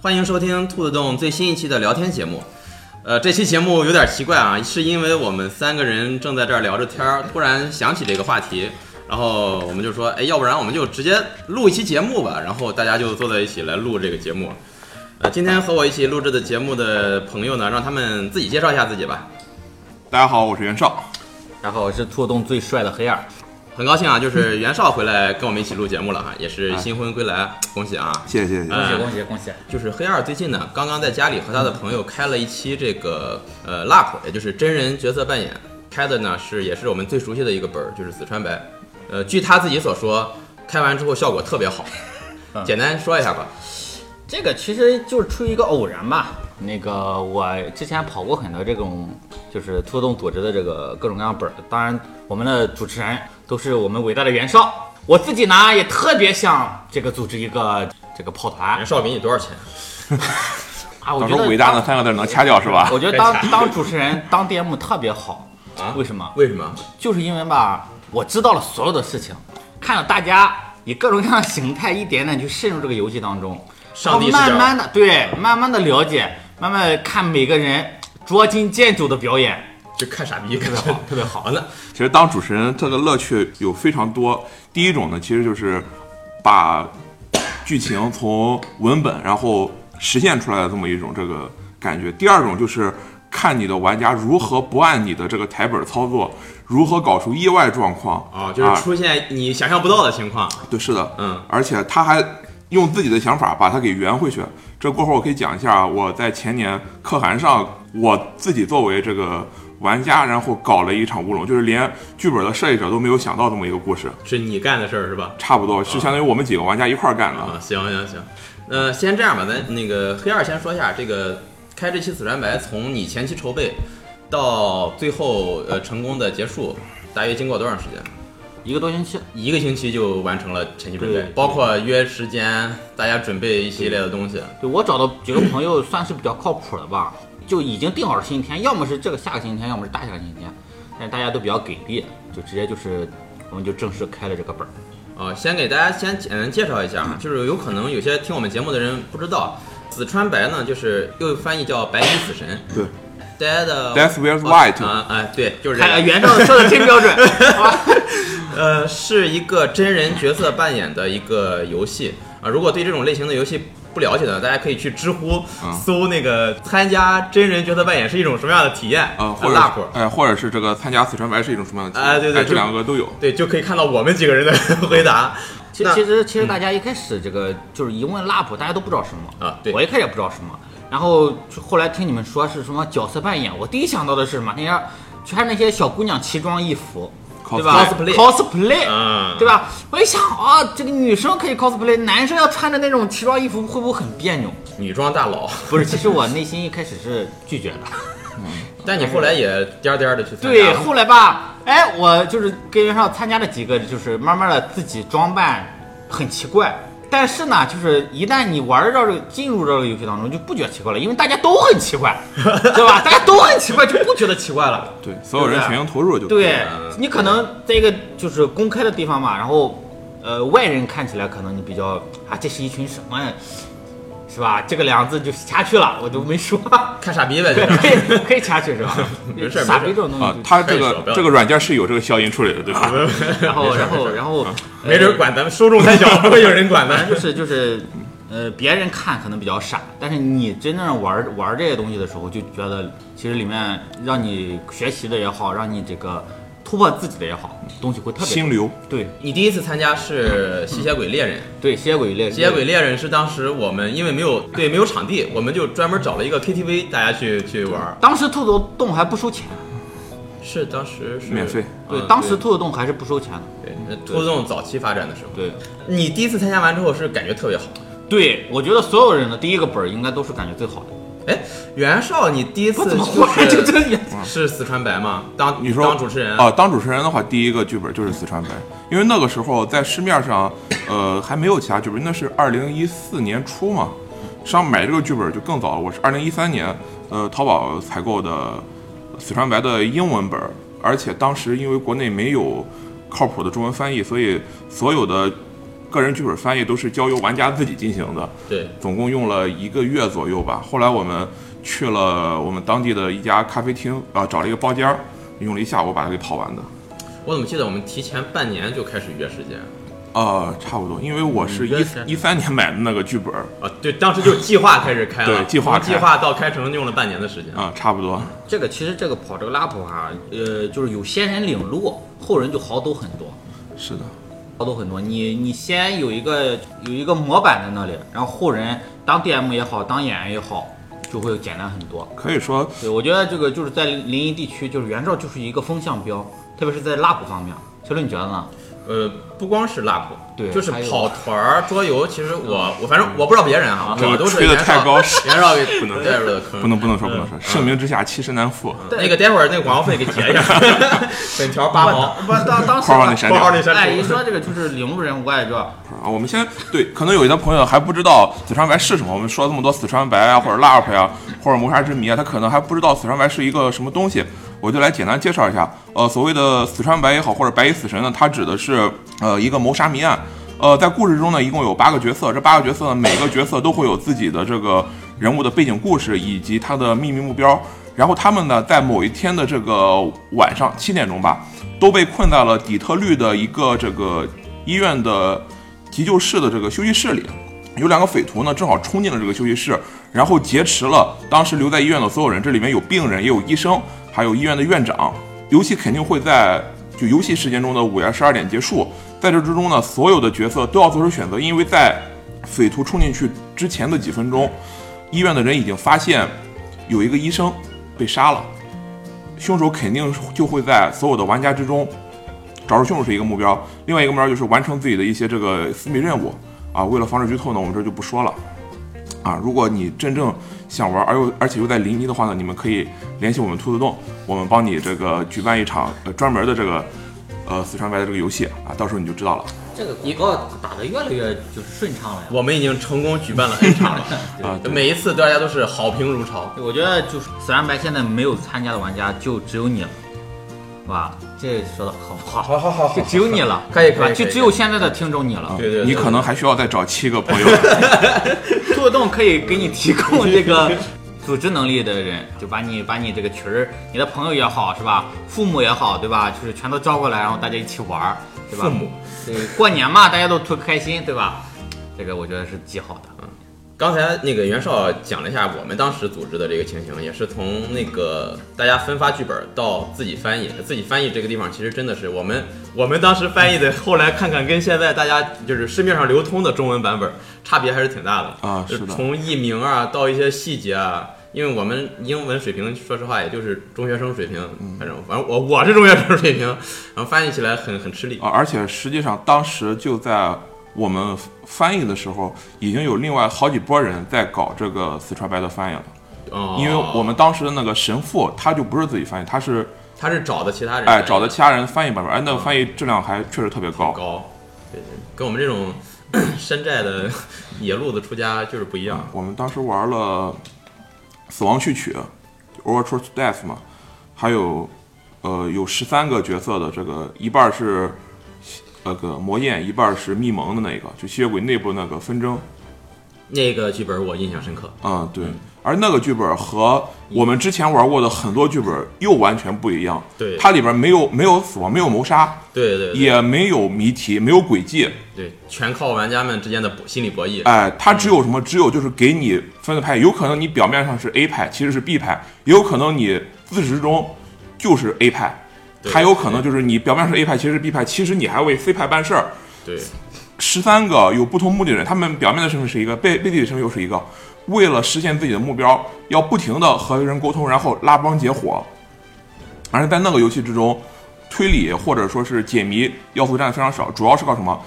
欢迎收听兔子洞最新一期的聊天节目。呃，这期节目有点奇怪啊，是因为我们三个人正在这儿聊着天儿，突然想起这个话题，然后我们就说，哎，要不然我们就直接录一期节目吧。然后大家就坐在一起来录这个节目。呃，今天和我一起录制的节目的朋友呢，让他们自己介绍一下自己吧。大家好，我是袁绍。然后是兔洞最帅的黑二，很高兴啊，就是袁绍回来跟我们一起录节目了啊，也是新婚归来，恭喜啊！谢谢谢谢。恭喜嗯恭喜恭喜！就是黑二最近呢，刚刚在家里和他的朋友开了一期这个呃 LARP，也就是真人角色扮演，开的呢是也是我们最熟悉的一个本儿，就是死川白。呃，据他自己所说，开完之后效果特别 好。嗯简单说一下吧，这个其实就是出于一个偶然吧。那个我之前跑过很多这种，就是兔洞组织的这个各种各样本儿。当然，我们的主持人都是我们伟大的袁绍。我自己呢，也特别想这个组织一个这个跑团袁绍给你多少钱？啊。到我觉时候得伟大那三个字能掐掉是吧 我？觉得当当主持人当 DM 特别好啊为什么？为什么？就是因为吧，我知道了所有的事情，看到大家以各种各样的形态一点点去渗入这个游戏当中，上帝视角然后慢慢的对，慢慢的了解，慢慢的看每个人捉襟见肘的表演，就看傻逼，特特别好， 特别好。好呢。其实当主持人这个乐趣有非常多。第一种呢，其实就是把剧情从文本然后实现出来的这么一种这个感觉。第二种就是看你的玩家如何不按你的这个台本操作，如何搞出意外状况啊啊、就是出现你想象不到的情况。对，是的，嗯，而且他还用自己的想法把它给圆回去。这过后我可以讲一下，我在前年可汗上，我自己作为这个玩家，然后搞了一场乌龙，就是连剧本的设计者都没有想到这么一个故事，是你干的事儿是吧？差不多是相当于我们几个玩家一块儿干的。啊，行行行，那先这样吧，咱那个黑二先说一下这个开这期《死战白》，从你前期筹备到最后呃成功的结束，大约经过多长时间？一个多星期，一个星期就完成了前期准备对，包括约时间，大家准备一系列的东西。对我找到几个朋友算是比较靠谱的吧，就已经定好了星期天，要么是这个下个星期天，要么是大下个星期天，但是大家都比较给力，就直接就是我们就正式开了这个本儿。啊，先给大家先简单介绍一下，啊就是有可能有些听我们节目的人不知道，紫川白呢，就是又翻译叫白衣死神对， ，Dead Death Wears White 啊，哎，对，就是这看个。袁绍说的真标准，好吧呃，是一个真人角色扮演的一个游戏啊、如果对这种类型的游戏不了解的，大家可以去知乎嗯搜那个参加真人角色扮演是一种什么样的体验呃，或者辣火。哎、或者是这个参加四川白是一种什么样的体验？哎啊对对哎就这两个都有。对，就可以看到我们几个人的回答。其那嗯其实其实大家一开始这个就是一问拉普，大家都不知道什么啊对我一开始也不知道什么，然后就后来听你们说是什么角色扮演，我第一想到的是什么？那些全是那些小姑娘奇装异服，对吧 Cosplay ？cosplay，、嗯对吧？我一想啊，这个女生可以 cosplay，男生要穿着那种奇装异服会不会很别扭？女装大佬，不是，其实我内心一开始是拒绝的。但你后来也颠儿颠儿的去参加对，了。后来吧，哎，我就是跟袁绍参加了几个，就是慢慢的自己装扮很奇怪，但是呢，就是一旦你玩到这个进入到这个游戏当中，就不觉得奇怪了，因为大家都很奇 怪，对吧？大家都很奇怪，就不觉得奇怪了。对，所有人全情投入就可以对你可能在一个就是公开的地方嘛，然后呃外人看起来可能你比较啊，这是一群什么，是吧？这个两个字就掐去了，我都 没说，看傻逼呗，就 对，是 可以可以掐去是吧没事？没事傻逼这种东西啊就，它这太少个不要这个软件是有这个消音处理的，对吧？然后，然后，哎然后，没人管咱们，受众太小，不会有人管反的。正就是就是，呃，别人看可能比较傻，但是你真正玩玩这些东西的时候，就觉得其实里面让你学习的也好，让你这个突破自己的也好，东西会特别心流。对 你第一次参加是吸血鬼猎人，对，吸血鬼猎吸血鬼猎人是当时我们因为没有对没有场地，我们就专门找了一个 KTV，大家去去玩儿。当时兔子洞还不收钱，是当时是免费对，嗯当时兔子洞还是不收钱的，对对兔子洞早期发展的时候，对。你第一次参加完之后是感觉特别好。对，我觉得所有人的第一个本儿应该都是感觉最好的。哎，袁绍，你第一次我 怎么就忽然就是这也是四川白吗？当你说当主持人啊、当主持人的话，第一个剧本就是四川白，因为那个时候在市面上，呃，还没有其他剧本，那是二零一四年初嘛，上买这个剧本就更早了，我是二零一三年，呃，淘宝采购的四川白的英文本儿，而且当时因为国内没有靠谱的中文翻译，所以所有的个人剧本翻译都是交由玩家自己进行的，对，总共用了一个月左右吧。后来我们去了我们当地的一家咖啡厅，啊、找了一个包间儿，用了一下午把它给跑完的。我怎么记得我们提前半年就开始约时间呃，差不多，因为我是嗯一对一三年买的那个剧本儿，啊？对，当时就计划开始开了，对计划从计开划到开成用了半年的时间。啊、差不多。这个其实这个跑这个拉普哈、呃，就是有先人领路，后人就好走很多，是的，好走很多。你你先有一个有一个模板在那里，然后后人当 DM 也好，当演员也好，就会简单很多。可以说对，我觉得这个就是在临沂地区，就是袁绍就是一个风向标，特别是在拉普方面。小刘，你觉得呢？呃，不光是拉普，对就是还有嗯跑团儿、桌游。其实我我反正我不知道别人啊，这我个都是吹的太高， 袁绍给不能带入的坑，不能不能说不能说，盛名之下其实难副。那个待会儿那个广告费给结一下， 本条八毛，不，当当时括号 那删括掉号那删哎，一除。说这个就是领路人，我也知道，啊，我们先对，可能有些朋友还不知道死川白是什么。我们说了这么多死川白啊，或者 LARP 呀、或者谋杀之谜啊，他可能还不知道死川白是一个什么东西。我就来简单介绍一下，呃，所谓的死川白也好，或者白衣死神呢，它指的是呃一个谋杀谜案。呃，在故事中呢，一共有八个角色，这八个角色呢，每个角色都会有自己的这个人物的背景故事以及他的秘密目标。然后他们呢，在某一天的这个晚上七点钟吧，都被困在了底特律的一个这个医院的急救室的这个休息室里，有两个匪徒呢，正好冲进了这个休息室，然后劫持了当时留在医院的所有人。这里面有病人，也有医生，还有医院的院长。游戏肯定会在就游戏时间中的五夜十二点结束。在这之中呢，所有的角色都要做出选择，因为在匪徒冲进去之前的几分钟，医院的人已经发现有一个医生被杀了，凶手肯定就会在所有的玩家之中找出凶手是一个目标，另外一个目标就是完成自己的一些这个私密任务啊。为了防止剧透呢，我们这就不说了啊。如果你真正想玩，而又而且又在临沂的话呢，你们可以联系我们兔子洞，我们帮你这个举办一场呃专门的这个呃四川白的这个游戏啊，到时候你就知道了这个广告打得越来越就是顺畅了呀。我们已经成功举办了 N 场了， 啊。对每一次大家都是好评如潮。我觉得就是死然白现在没有参加的玩家就只有你了，是吧？这说的好不好？好好好 好就只有你了，啊可以可以是吧可以就只有现在的听众你了啊。对对对你可能还需要再找七个朋友。 兔洞可以给你提 供这个组织能力的人，就把你把你这个群儿，你的朋友也好是吧，父母也好对吧，就是全都招过来，然后大家一起玩儿，对吧？父母，对，过年嘛，大家都图个开心，对吧？这个我觉得是极好嗯的。刚才那个袁绍讲了一下我们当时组织的这个情形，也是从那个大家分发剧本到自己翻译，自己翻译这个地方其实真的是我们我们当时翻译的，后来看看跟现在大家就是市面上流通的中文版本差别还是挺大的啊是的就从译名啊到一些细节啊。因为我们英文水平，说实话也就是中学生水平，嗯反正反正我我是中学生水平，然后翻译起来很很吃力。啊，而且实际上当时就在我们翻译的时候，已经有另外好几波人在搞这个四川白的翻译了。哦，因为我们当时的那个神父他就不是自己翻译，他是他是找的其他人翻哎译找的其他人翻译版本，哎，那个翻译质量还确实特别高。高，对对，跟我们这种 山寨的野路子出家就是不一样。我们当时玩了《死亡序曲》（Overture to Death） 嘛，还有呃有十三个角色的这个，一半是那个魔焰，一半是密盟的那个，就吸血鬼内部那个纷争。那个剧本我印象深刻，嗯，对。而那个剧本和我们之前玩过的很多剧本又完全不一样。对它里边没有没有死亡，没有谋杀，对对对也没有谜题，没有诡计。对，全靠玩家们之间的博心理博弈。哎，它只有什么？只有就是给你分的派，有可能你表面上是 A 派，其实是 B 派，也有可能你自始至终就是 A 派，对还有可能就是你表面上是 A 派，其实是 B 派，其实你还为 C 派办事儿。对，十三个有不同目的的人，他们表面的身份是一个，背背地里身份又是一个。为了实现自己的目标，要不停的和人沟通，然后拉帮结伙。而在那个游戏之中，推理或者说是解谜要素占的非常少，主要是靠什么？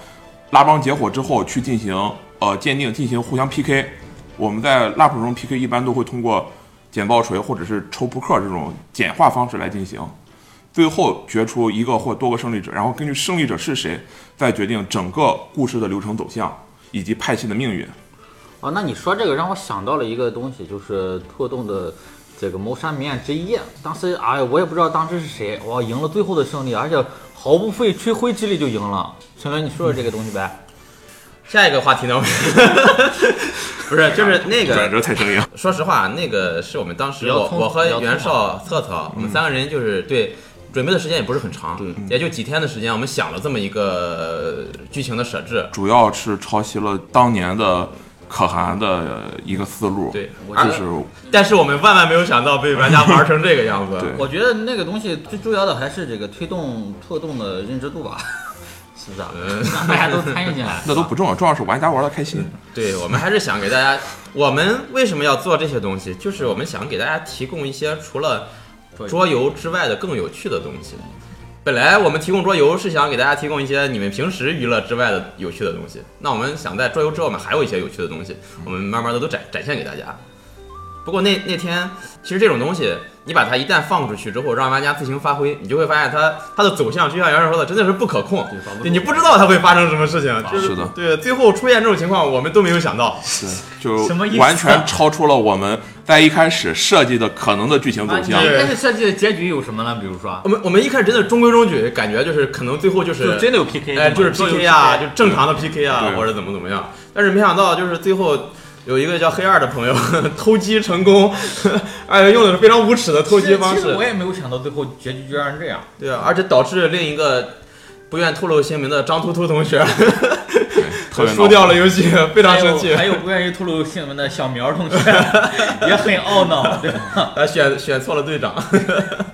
拉帮结伙之后去进行呃鉴定，进行互相 PK。我们在 LARP 中 PK 一般都会通过剪报锤或者是抽扑克这种简化方式来进行，最后决出一个或多个胜利者，然后根据胜利者是谁，再决定整个故事的流程走向以及派系的命运。哦，那你说这个让我想到了一个东西，就是拓动的这个谋杀谜案之夜。当时，哎，我也不知道当时是谁，哇，赢了最后的胜利，而且毫不费吹灰之力就赢了。陈伦，你说说这个东西呗。下一个话题呢？ 不是，就是那个，转折太生硬。说实话，那个是我们当时比较我匆我和比较匆袁绍、策策，我们三个人就是对。准备的时间也不是很长，也就几天的时间，我们想了这么一个呃剧情的设置，主要是抄袭了当年的可汗的一个思路，对我就觉是但是我们万万没有想到被玩家玩成这个样子。对，我觉得那个东西最重要的还是这个推动拓动的认知度吧，是不是啊？嗯让大家都参与进 来啊那都不重要，重要是玩家玩的开心。对，我们还是想给大家，我们为什么要做这些东西？就是我们想给大家提供一些除了桌游之外的更有趣的东西。本来我们提供桌游是想给大家提供一些你们平时娱乐之外的有趣的东西，那我们想在桌游之后，我们还有一些有趣的东西，我们慢慢的都展展现给大家。不过那那天，其实这种东西，你把它一旦放出去之后，让玩家自行发挥，你就会发现它它的走向，就像袁绍说的，真的是不可控对防不，住对你不知道它会发生什么事情，啊就是啊的对，最后出现这种情况，我们都没有想到。对，就什么意思啊完全超出了我们在一开始设计的可能的剧情走你向。对开始设计的结局有什么呢？比如说，啊我们我们一开始真的中规中矩，感觉就是可能最后就是就真的有 PK，哎，就是桌游 PK 啊，就正常的 PK 啊，对或者怎么怎么样。但是没想到就是最后。有一个叫黑二的朋友 偷鸡成功， 哎，用的是非常无耻的偷其鸡实方其实式我，也没有想到最后结局居然是这样，对啊，而且导致另一个不愿透露姓名的张突突同学 对，特别输闹。掉了游戏，非常生气哎还。有还有不愿意透露姓名的小苗同学 也很懊恼，对吧？ 他呃选选错了队长，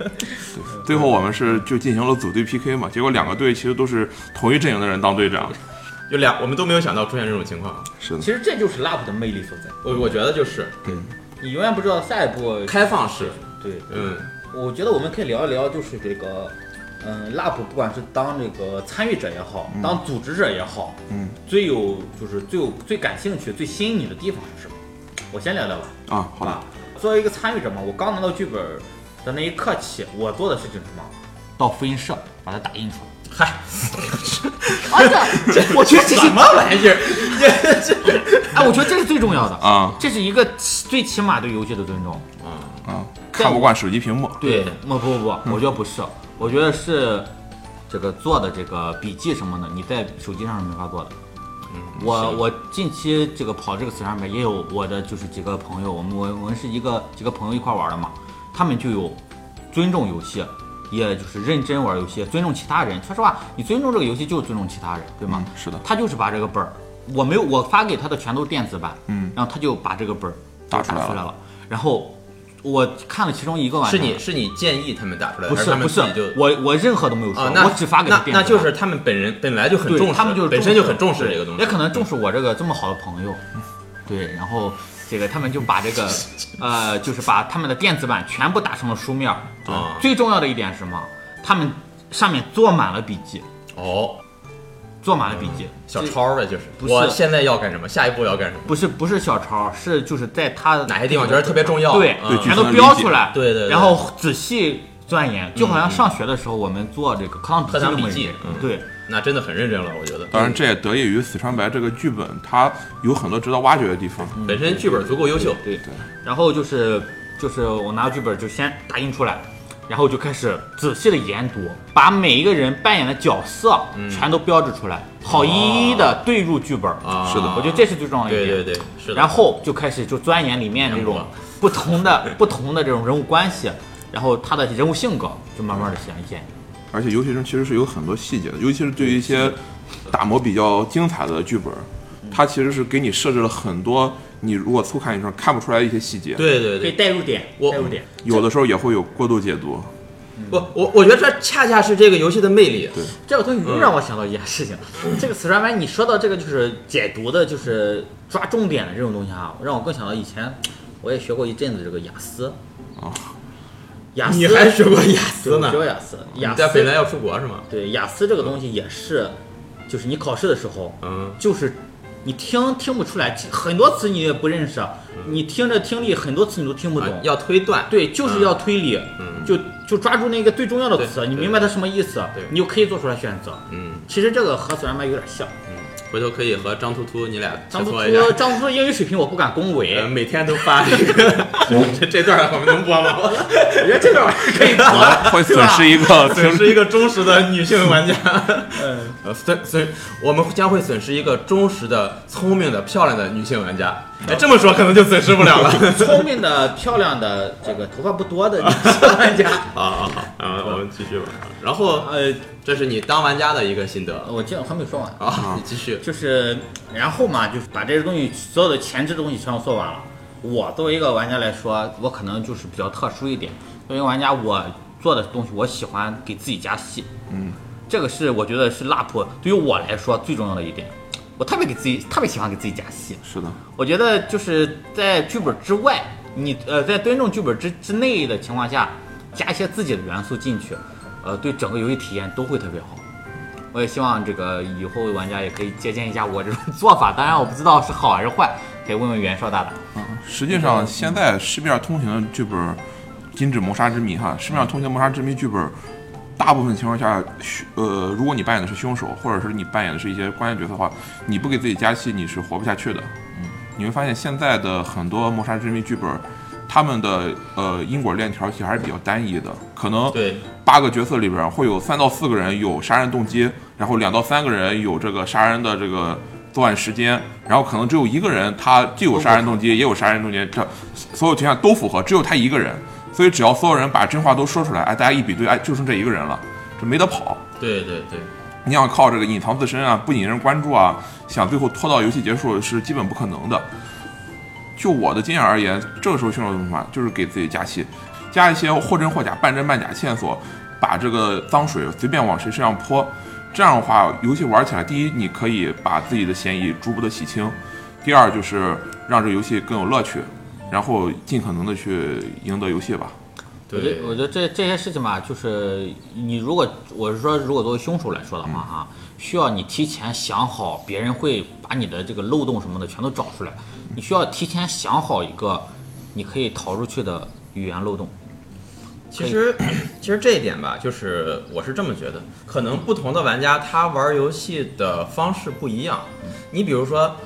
最后我们是就进行了组队 PK 嘛，结果两个队其实都是同一阵营的人当队长。有俩我们都没有想到出现这种情况。是的其，实这就是 LARP 的魅力所在，我我觉得就是你永远不知道下一步开放式，对。嗯，我觉得我们可以聊一聊，就是这个，嗯，LARP 不管是当这个参与者也好，当组织者也好，嗯，最有就是最有最感兴趣、最吸引你的地方是什么？我先聊聊吧，啊，好的吧。作为一个参与者嘛，我刚拿到剧本的那一刻起，我做的事情是什么？到复印社把它打印出来。嗨，哎 这我觉得这是什么玩意儿？哎，我觉得这是最重要的，啊这是一个起最起码对游戏的尊重。啊，看不惯手机屏幕。对对，不不不，我觉得不是，我觉得是这个做的这个笔记什么的，你在手机上是没法做的。嗯我我近期这个跑这个词上面也有我的就是几个朋友，我们我我们是一个几个朋友一块玩的嘛，他们就有尊重游戏，也就是认真玩游戏，尊重其他人。说实话，你尊重这个游戏就是尊重其他人，对吗？嗯是的他就是把这个本儿，我没有我发给他的全都是电子版，嗯，然后他就把这个本儿打就出来出来了了，然后我看了其中一个 晚是上，你是你建议他们打出来，不还是是他们不是自己就，我我任何都没有说，啊，那我只发给他那电那子就版是他们本人本来就很对重视，他们就是本身就很重视这个东西嗯也。可能重视我这个这么好的朋友，对，然后这个他们就把 这个呃，就是把他们的电子版全部打成了书面儿。啊最重要的一点是什么？他们上面做满了笔记，哦，做满了笔记，嗯小抄呗，就是不是我现在要干什么，下一步要干什么。不是不是小抄，是就是在他哪些地方觉得特别重要？对嗯对具全体都标出来，对对对然后仔细钻研，就好像上学的时候我们做这个课堂笔课堂记笔那么一记样，嗯对。那真的很认真了，我觉得。当然，这也得益于《死川白》这个剧本，它有很多值得挖掘的地方。本身剧本足够优秀，对对。然后就是就是我拿剧本就先打印出来，然后就开始仔细的研读，把每一个人扮演的角色嗯全都标志出来，好一一的对入剧本。哦啊是的我觉得这是最重要的一对点。对对，是的。然后就开始就钻研里面这人物种啊不同的不同的这种人物关系，然后他的人物性格就慢慢的显现。而且游戏中其实是有很多细节的，尤其是对于一些打磨比较精彩的剧本，它其实是给你设置了很多你如果粗看一阵看不出来的一些细节。，对对可对，以代入点，我代入点。有的时候也会有过度解读。 我我我觉得这恰恰是这个游戏的魅力。对这个东嗯西又让我想到一件事情，这个《死川白》，你说到这个就是解读的，就是抓重点的这种东西啊，让我更想到以前我也学过一阵子这个雅思。哦雅思，你还学过雅对思我呢学？过雅思，雅你在北思来要出国是吗？对雅思这个东西也是，就是你考试的时候，嗯，就是你听听不出来，很多词你也不认识，啊你听着听力很多词你都听不嗯啊懂，要推断。对，就是要推理，就就抓住那个最重要的词，对你对明白它什么意思对，你就可以做出来选择。嗯，其实这个和《死然白》有点像，回头可以和张突突你俩切张突磋一下突，。张突突英语水平我不敢恭维呃，，每天都发这 个， 这这段我们能播吗？我觉得这段玩意儿可以好了，会损失一 个损听失一个忠实的女性玩家， 嗯呃，损损，我们将会损失一个忠实的、聪明的、漂亮的女性玩家。哎，这么说可能就损失不了 了。聪明的、漂亮的、这个头发不多的 女性玩家。好好好，啊，我们继续吧。然后，呃，这是你当玩家的一个心得我记得我还没有说完，啊，你继续。就是然后嘛，就是把这些东西所有的前置的东西全都做完了。我作为一个玩家来说，我可能就是比较特殊一点。作为一个玩家，我做的东西，我喜欢给自己加戏。嗯，这个是我觉得是 LAP 对于我来说最重要的一点。我特别给自己，特别喜欢给自己加戏。是的，我觉得就是在剧本之外，你呃在尊重剧本之之内的情况下，加一些自己的元素进去，呃，对整个游戏体验都会特别好。我也希望这个以后玩家也可以借鉴一下我这种做法，当然我不知道是好还是坏，可以问问袁绍大大。实际上现在市面通行的剧本《禁止谋杀之谜》哈，市面上通行《谋杀之谜》剧本，大部分情况下，凶呃，如果你扮演的是凶手，或者是你扮演的是一些关键角色的话，你不给自己加戏，你是活不下去的。你会发现现在的很多《谋杀之谜》剧本，他们的呃因果链条其实还是比较单一的，可能对，八个角色里边会有三到四个人有杀人动机，然后两到三个人有这个杀人的这个作案时间，然后可能只有一个人他既有杀人动机也有杀人动机，这所有条件都符合，只有他一个人。所以只要所有人把真话都说出来，哎，大家一比对，哎，就剩这一个人了，这没得跑。对对对，你想靠这个隐藏自身啊，不引人关注啊，想最后拖到游戏结束是基本不可能的。就我的经验而言，这个时候凶手怎么办？就是给自己加戏，加一些或真或假、半真半假线索，把这个脏水随便往谁身上泼。这样的话，游戏玩起来，第一，你可以把自己的嫌疑逐步的洗清；第二，就是让这个游戏更有乐趣，然后尽可能的去赢得游戏吧。我觉得我觉得这这些事情吧，就是你如果我是说，如果作为凶手来说的话啊，需要你提前想好，别人会把你的这个漏洞什么的全都找出来，你需要提前想好一个你可以逃出去的语言漏洞。其实， 其实这一点吧，就是我是这么觉得，可能不同的玩家他玩游戏的方式不一样。你比如说，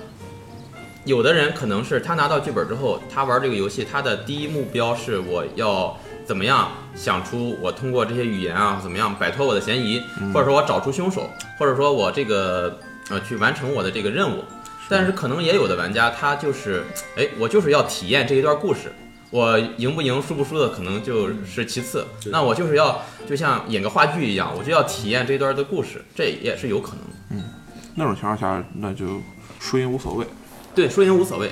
有的人可能是他拿到剧本之后，他玩这个游戏，他的第一目标是我要怎么样想出我通过这些语言啊，怎么样摆脱我的嫌疑，或者说我找出凶手，或者说我这个呃去完成我的这个任务。但是可能也有的玩家，他就是，哎，我就是要体验这一段故事，我赢不赢、输不输的可能就是其次。那我就是要就像演个话剧一样，我就要体验这段的故事，这也是有可能的。那种情况下，那就输赢无所谓。对，输赢无所谓。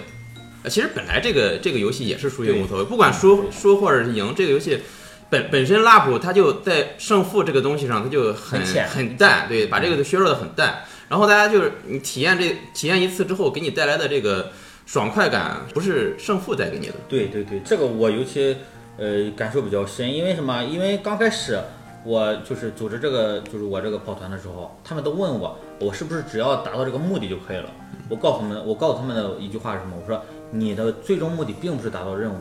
呃其实本来这个这个游戏也是输赢无所谓，不管输输或者是赢，这个游戏本本身拉普它就在胜负这个东西上，它就很嗯很浅淡，对，把这个都削弱的很淡。然后大家就是你体验这体验一次之后，给你带来的这个爽快感，不是胜负带给你的。对对对，这个我尤其呃感受比较深，因为什么？因为刚开始我就是组织这个，就是我这个跑团的时候，他们都问我，我是不是只要达到这个目的就可以了？我告诉他们，我告诉他们的一句话是什么？我说你的最终目的并不是达到任务，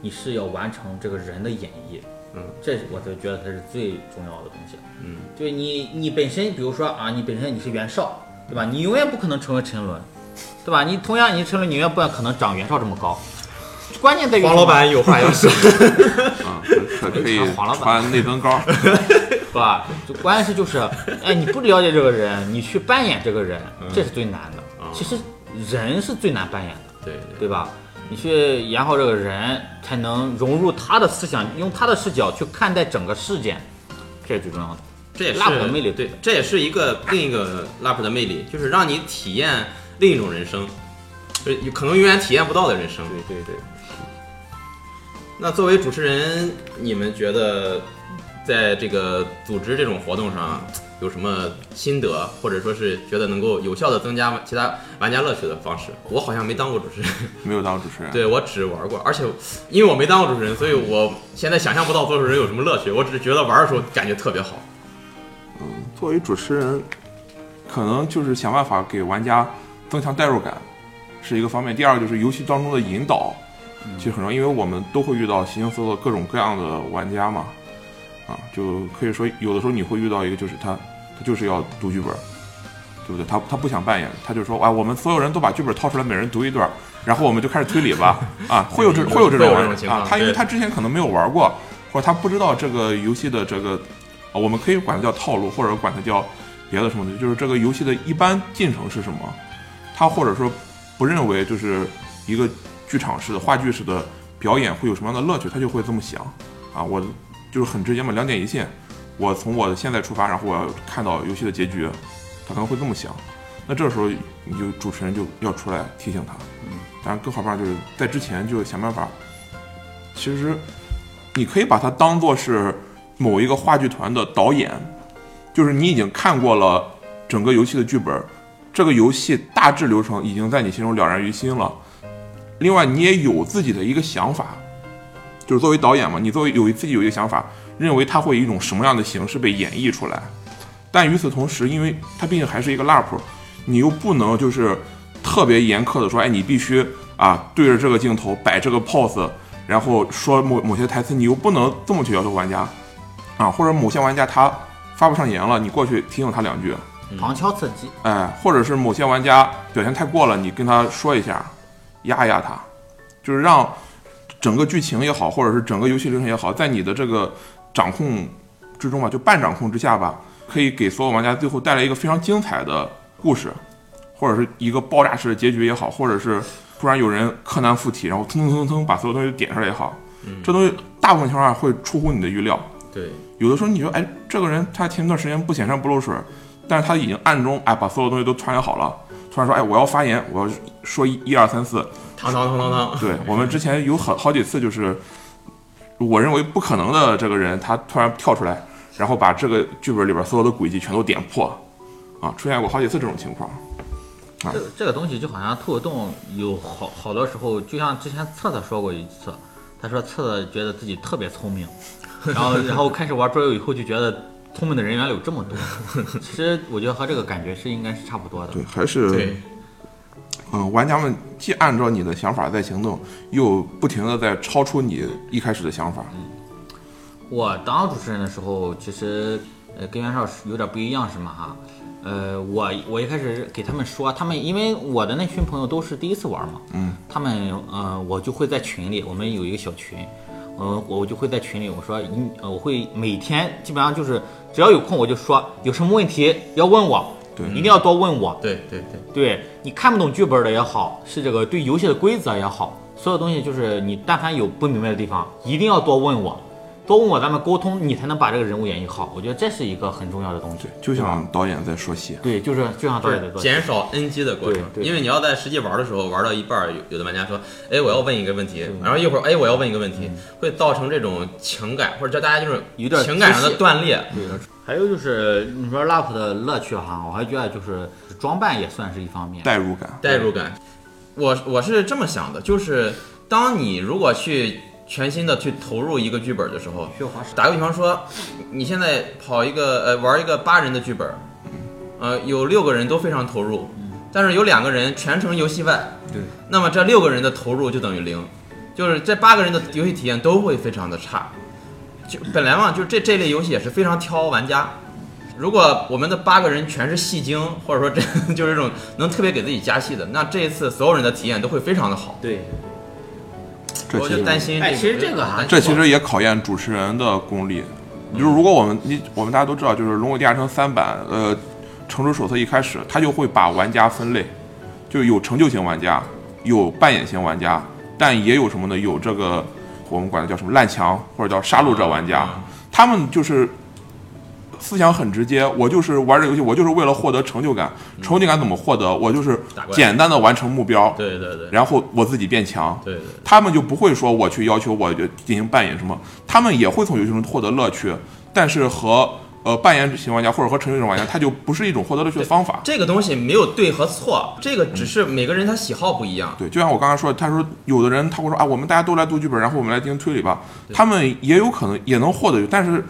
你是要完成这个人的演绎。嗯，这是我才觉得它是最重要的东西。嗯，对你，你本身，比如说啊，你本身你是袁绍，对吧？你永远不可能成为沉沦，对吧？你同样你是沉沦，你永远不可能长袁绍这么高。关键在于什么有话要说，啊，可可可 以黄老板穿内增高。是吧？就关键是就是，哎，你不了解这个人，你去扮演这个人，这是最难的。其实人是最难扮演的，对对吧？你去演好这个人，才能融入他的思想，用他的视角去看待整个事件，这是最重要的。这也是辣谱的魅力对，这也是一个另一个 LAP 的魅力，就是让你体验另一种人生，就是有可能永远体验不到的人生。对对对，那作为主持人，你们觉得在这个组织这种活动上有什么心得，或者说是觉得能够有效的增加其他玩家乐趣的方式？我好像没当过主持 人，没有当主持人。对我只玩过，而且因为我没当过主持人，所以我现在想象不到做主持人有什么乐趣。我只是觉得玩的时候感觉特别好。作为主持人，可能就是想办法给玩家增强代入感，是一个方面。第二就是游戏当中的引导，其实很重要，因为我们都会遇到形形色色、各种各样的玩家嘛，啊，就可以说有的时候你会遇到一个就是他，他就是要读剧本，对不对？他他不想扮演，他就说啊，我们所有人都把剧本套出来，每人读一段，然后我们就开始推理吧。啊，会有这对会有这嗯会有这种种人情啊况，他因为对他之前可能没有玩过，或者他不知道这个游戏的这个，啊我们可以管它叫套路，或者管它叫别的什么东西，就是这个游戏的一般进程是什么，他或者说不认为就是一个剧场式的话剧式的表演会有什么样的乐趣，他就会这么想啊，我就是很直接嘛，两点一线，我从我现在出发，然后我要看到游戏的结局，他可能会这么想。那这时候你就主持人就要出来提醒他，嗯，当然更好办法就是在之前就想办法。其实你可以把它当做是某一个话剧团的导演，就是你已经看过了整个游戏的剧本，这个游戏大致流程已经在你心中了然于心了。另外，你也有自己的一个想法，就是作为导演嘛，你作为有自己有一个想法，认为它会以一种什么样的形式被演绎出来。但与此同时，因为它毕竟还是一个 LARP，你又不能就是特别严苛的说，哎，你必须啊对着这个镜头摆这个 pose，然后说某某些台词，你又不能这么去要求玩家啊，或者某些玩家他发不上言了，你过去提醒他两句，旁敲侧击，哎，或者是某些玩家表现太过了，你跟他说一下，压一压他，就是让整个剧情也好，或者是整个游戏流程也好，在你的这个掌控之中吧，就半掌控之下吧，可以给所有玩家最后带来一个非常精彩的故事，或者是一个爆炸式的结局也好，或者是突然有人柯南附体，然后腾腾腾腾把所有东西点上来也好，这东西大部分情况下会出乎你的预料。对，有的时候你觉得，哎，这个人他前段时间不显山不露水，但是他已经暗中哎把所有东西都串联好了，突然说，哎，我要发言，我要说一一二三四。堂堂堂堂堂， 对我们之前有好好几次就是，我认为不可能的这个人，他突然跳出来，然后把这个剧本里边所有的轨迹全都点破，啊，出现过好几次这种情况。这这个东西就好像兔洞有好好多时候，就像之前策策说过一次，他说策策觉得自己特别聪明，然后然后开始玩桌游以后就觉得聪明的人原来有这么多。其实我觉得和这个感觉是应该是差不多的。对，还是对，嗯，玩家们既按照你的想法在行动，又不停的在超出你一开始的想法。我当主持人的时候，其实呃跟袁绍是有点不一样，是吗？哈，呃，我我一开始给他们说，他们因为我的那群朋友都是第一次玩嘛，嗯，他们呃我就会在群里，我们有一个小群，呃我就会在群里我说你、呃，我会每天基本上就是只要有空我就说有什么问题要问我，对一定要多问我，对对对，对你看不懂剧本的也好，是这个对游戏的规则也好，所有东西就是你但凡有不明白的地方，一定要多问我，多问我，咱们沟通，你才能把这个人物演绎好。我觉得这是一个很重要的东西。就像啊导演在说戏，对，就是就像导演的做，减少 NG 的过程，对对因为你要在实际玩的时候玩到一半儿，有有的玩家说，哎，我要问一个问题，然后一会儿，哎，我要问一个问题，会造成这种情感或者叫大家就是嗯有点情感上窒的息断裂，还有就是你说 LARP 的乐趣哈，我还觉得就是装扮也算是一方面。代入感。代入感。我我是这么想的，就是当你如果去全心的去投入一个剧本的时候，学滑石，打个比方说，你现在跑一个呃玩一个八人的剧本，呃有六个人都非常投入，嗯但是有两个人全程游戏外，对，那么这六个人的投入就等于零，就是这八个人的游戏体验都会非常的差。就本来嘛，就这这类游戏也是非常挑玩家。如果我们的八个人全是戏精，或者说这 就是这种能特别给自己加戏的，那这一次所有人的体验都会非常的好。对，这我其就实担心、哎其实这个啊这其实也考验主持人的功力。就是如果我们你我们大家都知道，就是《龙与地下城》三版，呃，《城市手册》一开始他就会把玩家分类，就有成就型玩家，有扮演型玩家，但也有什么呢？有这个我们管它叫什么烂强或者叫杀戮者玩家，嗯他们就是思想很直接，我就是玩这个游戏，我就是为了获得成就感。成就感怎么获得？我就是打怪简单的完成目标，对对对然后我自己变强。对对，他们就不会说我去要求我就进行扮演什么，他们也会从游戏中获得乐趣，但是和呃扮演型玩家或者和成就型玩家，他就不是一种获得乐趣的方法。这个东西没有对和错，这个只嗯是每个人他喜好不一样。对，就像我刚才说，他说有的人他会说啊，我们大家都来读剧本，然后我们来进行推理吧。他们也有可能也能获得，但是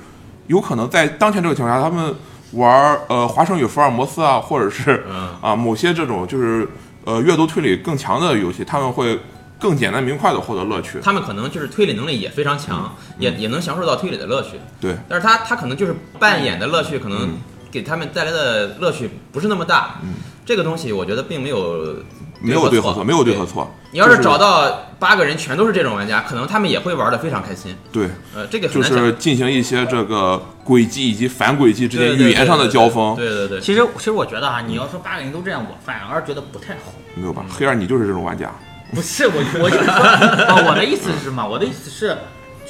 有可能在当前这个情况下，他们玩呃《华盛与福尔摩斯》啊，或者是嗯啊某些这种就是呃阅读推理更强的游戏，他们会更简单明快的获得乐趣。他们可能就是推理能力也非常嗯强，也也能享受到推理的乐趣，对。但是他他可能就是扮演的乐趣可能给他们带来的乐趣不是那么大。嗯，这个东西我觉得并没有没有对对和错，错，没有对和。错。你要就是找到八个人全都是这种玩家，可能他们也会玩的非常开心。对，呃，这个很就难讲。是进行一些这个轨迹以及反轨迹之对间对语言上的对对交锋，对对对，其实其实我觉得啊，你要说八个人都这样，我反而觉得不太好。没有吧？黑二，你就是这种玩家，不是我，我就是说，啊，我的意思是什么？我的意思是，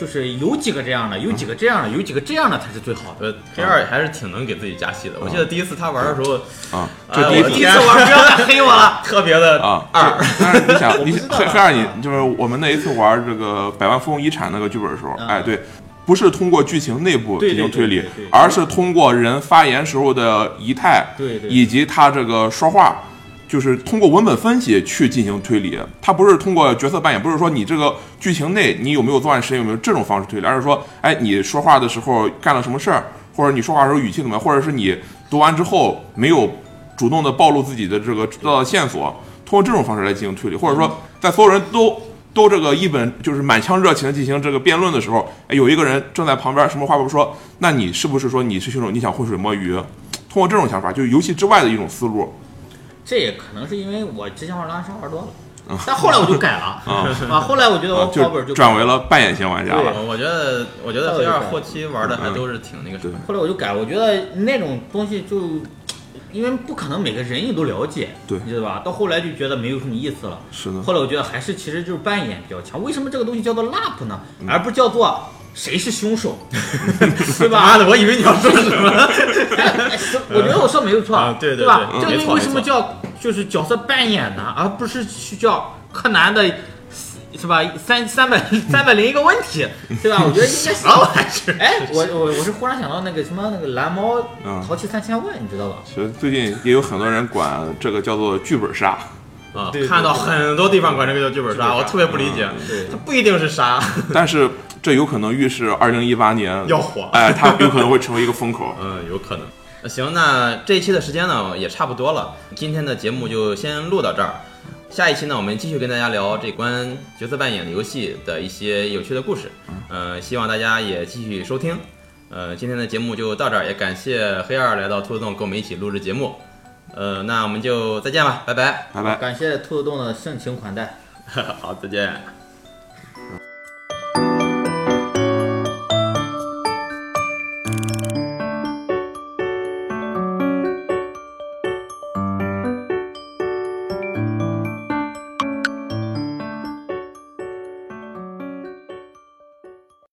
就是有几个这样的，有几个这样的，有几个这样的才是最好的。呃，黑二还是挺能给自己加戏的。我记得嗯第一次他玩的时候，啊，哎这第我一的次呃第一次 玩，不要再黑我了。特别的啊二。但是你想， 我你不想知道黑啊黑二你，就是我们那一次玩这个《百万富翁遗产》那个剧本的时候，嗯哎，对，不是通过剧情内部对进行对对推理对对对，而是通过人发言时候的仪态，对对以及他这个说话。就是通过文本分析去进行推理，它不是通过角色扮演，不是说你这个剧情内你有没有作案时间有没有这种方式推理，而是说，哎，你说话的时候干了什么事儿，或者你说话的时候语气怎么样，或者是你读完之后没有主动的暴露自己的这个制造的线索，通过这种方式来进行推理，或者说在所有人都都这个一本就是满腔热情地进行这个辩论的时候，哎，有一个人正在旁边什么话不说，那你是不是说你是凶手？你想浑水摸鱼？通过这种想法，就是游戏之外的一种思路。这也可能是因为我之前玩狼人杀玩多了，但后来我就改了嗯啊。后来我觉得我啊，脚本哦就就转为。了扮演型玩家对了。我我觉得，我觉得黑二后期玩的还都是挺那个什对么。，后来我就改，我觉得那种东西就，因为不可能每个人也都了解，对你知道吧？到后来就觉得没有什么意思了。是的，后来我觉得还是其实就是扮演比较强。为什么这个东西叫做 LAP 呢？而不叫做谁是凶手， 对吧？妈的，我以为你要说什么。 哎是我觉得我说没有错，啊对对对吧？对这个没东西错为什么没错叫就是角色扮演呢？而不是去叫柯南的，是吧？三三百三百零一个问题，对吧？我觉得应该是。啥玩意儿？ 哎，我我我是忽然想到那个什么那个蓝猫嗯淘气三千问，你知道吧？其实最近也有很多人管这个叫做剧本杀。 啊对对，看到很多地方管这个叫剧本剧本杀，杀我特别不理解，对它不一定是杀，但是这有可能预示二零一八年要火哎，它有可能会成为一个风口。嗯，有可能。那行，那这一期的时间呢也差不多了，今天的节目就先录到这儿。下一期呢，我们继续跟大家聊这关角色扮演的游戏的一些有趣的故事。呃，希望大家也继续收听。呃，今天的节目就到这儿，也感谢黑二来到兔子洞跟我们一起录制节目。呃，那我们就再见吧，拜拜。拜拜。感谢兔子洞的盛情款待。好，再见。